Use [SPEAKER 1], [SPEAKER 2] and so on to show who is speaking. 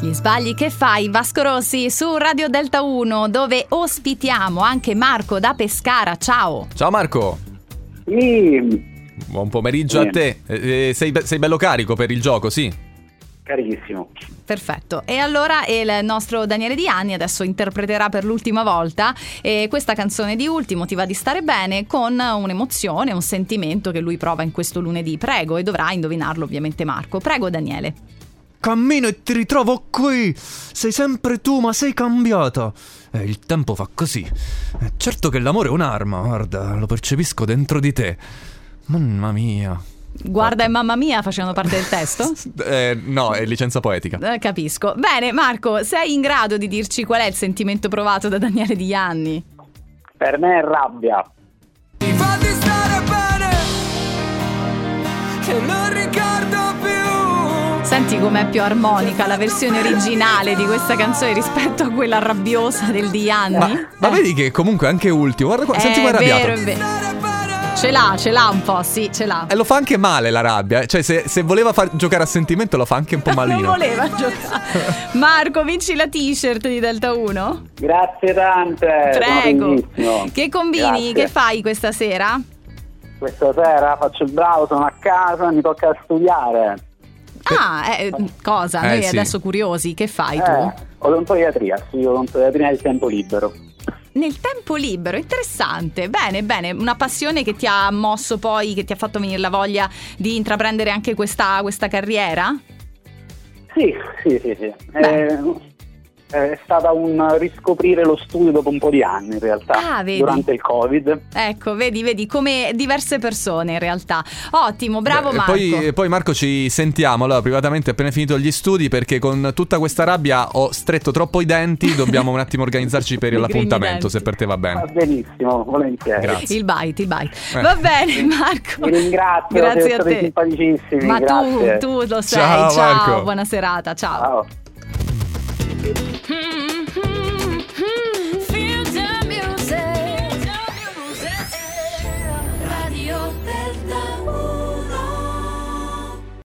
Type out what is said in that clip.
[SPEAKER 1] Gli sbagli che fai, Vasco Rossi, su Radio Delta 1, dove ospitiamo anche Marco da Pescara. Ciao.
[SPEAKER 2] Ciao Marco,
[SPEAKER 3] Mi-
[SPEAKER 2] buon pomeriggio a
[SPEAKER 3] Sì.
[SPEAKER 2] te. Eh, eh, sei, be- sei bello carico per il gioco, sì?
[SPEAKER 3] Carichissimo.
[SPEAKER 1] Perfetto. E allora il nostro Daniele Diani adesso interpreterà per l'ultima volta eh, questa canzone di Ultimo ti va di stare bene con un'emozione, un sentimento che lui prova in questo lunedì. Prego, e dovrà indovinarlo ovviamente Marco. Prego Daniele.
[SPEAKER 4] Cammino e ti ritrovo qui. Sei sempre tu, ma sei cambiata. E il tempo fa così. Eh, Certo che l'amore è un'arma, guarda, lo percepisco dentro di te. Mamma mia.
[SPEAKER 1] Guarda e mamma mia facevano parte del testo?
[SPEAKER 2] Eh, no, è licenza poetica.
[SPEAKER 1] Eh, Capisco. Bene, Marco, sei in grado di dirci qual è il sentimento provato da Daniele Diani?
[SPEAKER 3] Per me è rabbia.
[SPEAKER 5] Ti fa di stare bene Che non ricordo più
[SPEAKER 1] Senti com'è più armonica la versione originale di questa canzone rispetto a quella rabbiosa del Diani?
[SPEAKER 2] Ma, ma vedi che comunque anche ultimo, guarda qua,
[SPEAKER 1] Eh,
[SPEAKER 2] senti qua
[SPEAKER 1] è
[SPEAKER 2] arrabbiato.
[SPEAKER 1] vero, è vero.
[SPEAKER 5] Stare bene
[SPEAKER 1] Ce l'ha, ce l'ha un po', sì, ce l'ha.
[SPEAKER 2] E Eh, lo fa anche male la rabbia, eh. cioè se, se voleva far giocare a sentimento lo fa anche un po'
[SPEAKER 1] Non
[SPEAKER 2] malino.
[SPEAKER 1] voleva giocare. Marco, vinci la t-shirt di Delta 1?
[SPEAKER 3] Grazie tante. sono
[SPEAKER 1] Prego.
[SPEAKER 3] felicissimo.
[SPEAKER 1] Che combini?
[SPEAKER 3] Eh, Grazie.
[SPEAKER 1] Che fai questa sera?
[SPEAKER 3] Questa sera faccio il bravo, sono a casa, mi tocca studiare.
[SPEAKER 1] Ah, eh, cosa?
[SPEAKER 2] Eh,
[SPEAKER 1] Noi
[SPEAKER 2] sì.
[SPEAKER 1] adesso curiosi, che fai
[SPEAKER 3] Eh,
[SPEAKER 1] tu?
[SPEAKER 3] odontoiatria, studio odontoiatria nel tempo libero.
[SPEAKER 1] Nel tempo libero, interessante. Bene, bene, una passione che ti ha mosso poi, che ti ha fatto venire la voglia di intraprendere anche questa, questa carriera?
[SPEAKER 3] Sì, sì, sì, sì.
[SPEAKER 1] Beh.
[SPEAKER 3] Eh, È stata un riscoprire lo studio dopo un po' di anni in realtà,
[SPEAKER 1] Ah, vedi.
[SPEAKER 3] durante il Covid.
[SPEAKER 1] Ecco, vedi, vedi, come diverse persone in realtà. Ottimo, bravo
[SPEAKER 2] Beh, e
[SPEAKER 1] Marco.
[SPEAKER 2] Eh, Poi, e poi Marco ci sentiamo allora, privatamente appena finito gli studi perché con tutta questa rabbia ho stretto troppo i denti, dobbiamo un attimo organizzarci per
[SPEAKER 1] Mi grigni
[SPEAKER 2] l'appuntamento
[SPEAKER 1] i
[SPEAKER 2] se per te va
[SPEAKER 3] Va
[SPEAKER 2] bene.
[SPEAKER 3] benissimo, volentieri.
[SPEAKER 2] Grazie.
[SPEAKER 1] Il bite, il bite.
[SPEAKER 2] Eh.
[SPEAKER 1] Va bene, Marco.
[SPEAKER 3] Vi ringrazio,
[SPEAKER 1] Grazie
[SPEAKER 3] siete
[SPEAKER 1] a
[SPEAKER 3] stati
[SPEAKER 1] te.
[SPEAKER 3] simpaticissimi,
[SPEAKER 1] Ma tu,
[SPEAKER 3] grazie.
[SPEAKER 1] tu lo sei.
[SPEAKER 2] Ciao, Marco.
[SPEAKER 1] buona serata, ciao.
[SPEAKER 3] Ciao.